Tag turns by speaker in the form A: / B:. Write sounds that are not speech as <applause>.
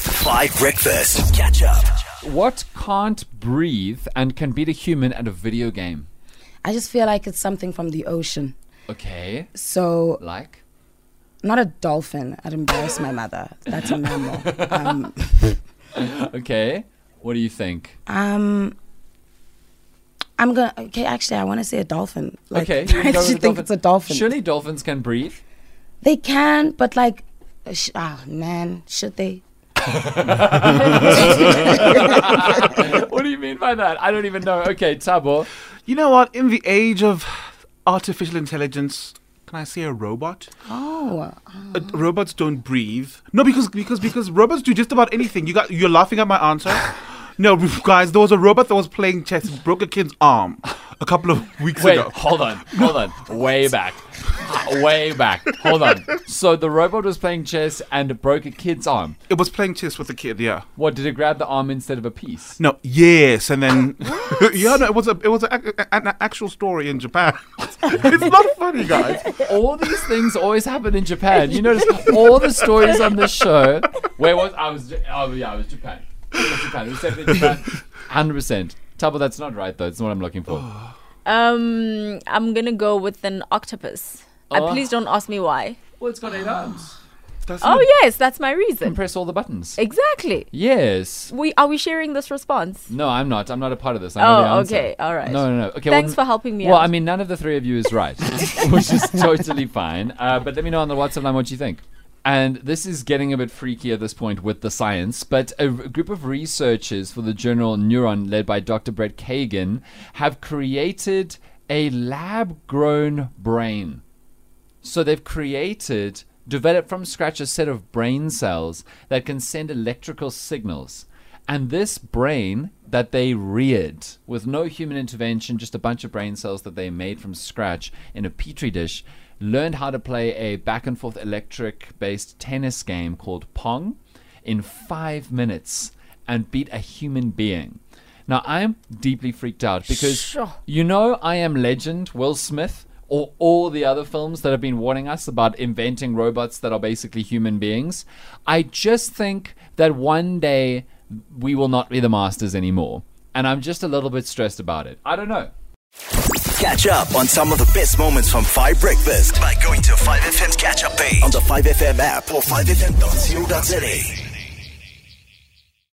A: Five Breakfast. Catch up.
B: What can't breathe and can beat a human at a video game?
C: I just feel like it's something from the ocean.
B: Okay,
C: So,
B: like
C: not a dolphin. I'd embarrass my mother. That's a mammal.
B: <laughs>
C: Um,
B: okay. What do you think?
C: um, I'm gonna. Okay, actually, I want to say a dolphin. Like,
B: okay, you
C: <laughs>
B: can
C: I
B: go with
C: actually
B: the
C: think it's a dolphin.
B: Surely dolphins can breathe. <laughs>
C: They can, but like, uh, sh- oh man,
B: <laughs>
C: should they? <laughs>
B: what do you mean by that? I don't even know. Okay, Tabo.
D: You know what? In the age of artificial intelligence, can I say a robot?
C: Oh,
D: Uh, robots don't breathe. No, because because because robots do just about anything. You got you're laughing at my answer. No, guys, there was a robot that was playing chess and broke a kid's arm a couple of weeks
B: Wait,
D: ago.
B: hold on, hold on. Way back, way back. Hold on. So the robot was playing chess and broke a kid's arm.
D: It was playing chess with a kid. Yeah.
B: What did it grab the arm instead of a piece?
D: No. Yes, and then <laughs> yeah. No, it was a it was a, a- an actual story in Japan. <laughs> it's not funny, guys.
B: all these things always happen in Japan. You notice all the stories on this show. Where was I? Was oh yeah, I was Japan. It was Japan. It was definitely Japan. Hundred percent. Tabo, that's not right though. It's not what I'm looking for.
E: Um, I'm gonna go with an octopus. Uh,
B: Oh. Hmm.
E: please don't ask me why.
B: Well, it's got eight arms.
D: That's
E: Oh
D: not-
E: yes, that's my reason.
B: Press all the buttons.
E: Exactly.
B: Yes.
E: We are we sharing this response?
B: No, I'm not. I'm not a part of this. I know the
E: Oh,
B: answer.
E: okay. All right.
B: No, no, no. Okay.
E: Thanks
B: well,
E: for helping me
B: Well,
E: out.
B: I mean, none of the three of you is right, <laughs> which is totally fine. Uh, but let me know on the WhatsApp line what you think. And this is getting a bit freaky at this point with the science, but a r- group of researchers for the journal Neuron, led by Dr. Brett Kagan, have created a lab grown brain. So they've created, developed from scratch, a set of brain cells that can send electrical signals. And this brain that they reared with no human intervention, just a bunch of brain cells that they made from scratch in a petri dish, learned how to play a back and forth electric based tennis game called Pong in five minutes and beat a human being. Now, I'm deeply freaked out because
E: Sure.
B: you know, I Am Legend, Will Smith, or all the other films that have been warning us about inventing robots that are basically human beings. I just think that one day we will not be the masters anymore. And I'm just a little bit stressed about it. I don't know.
A: Catch up on some of the best moments from Five Breakfast by going to 5FM's catch up page on the 5FM app or 5FM.co.za.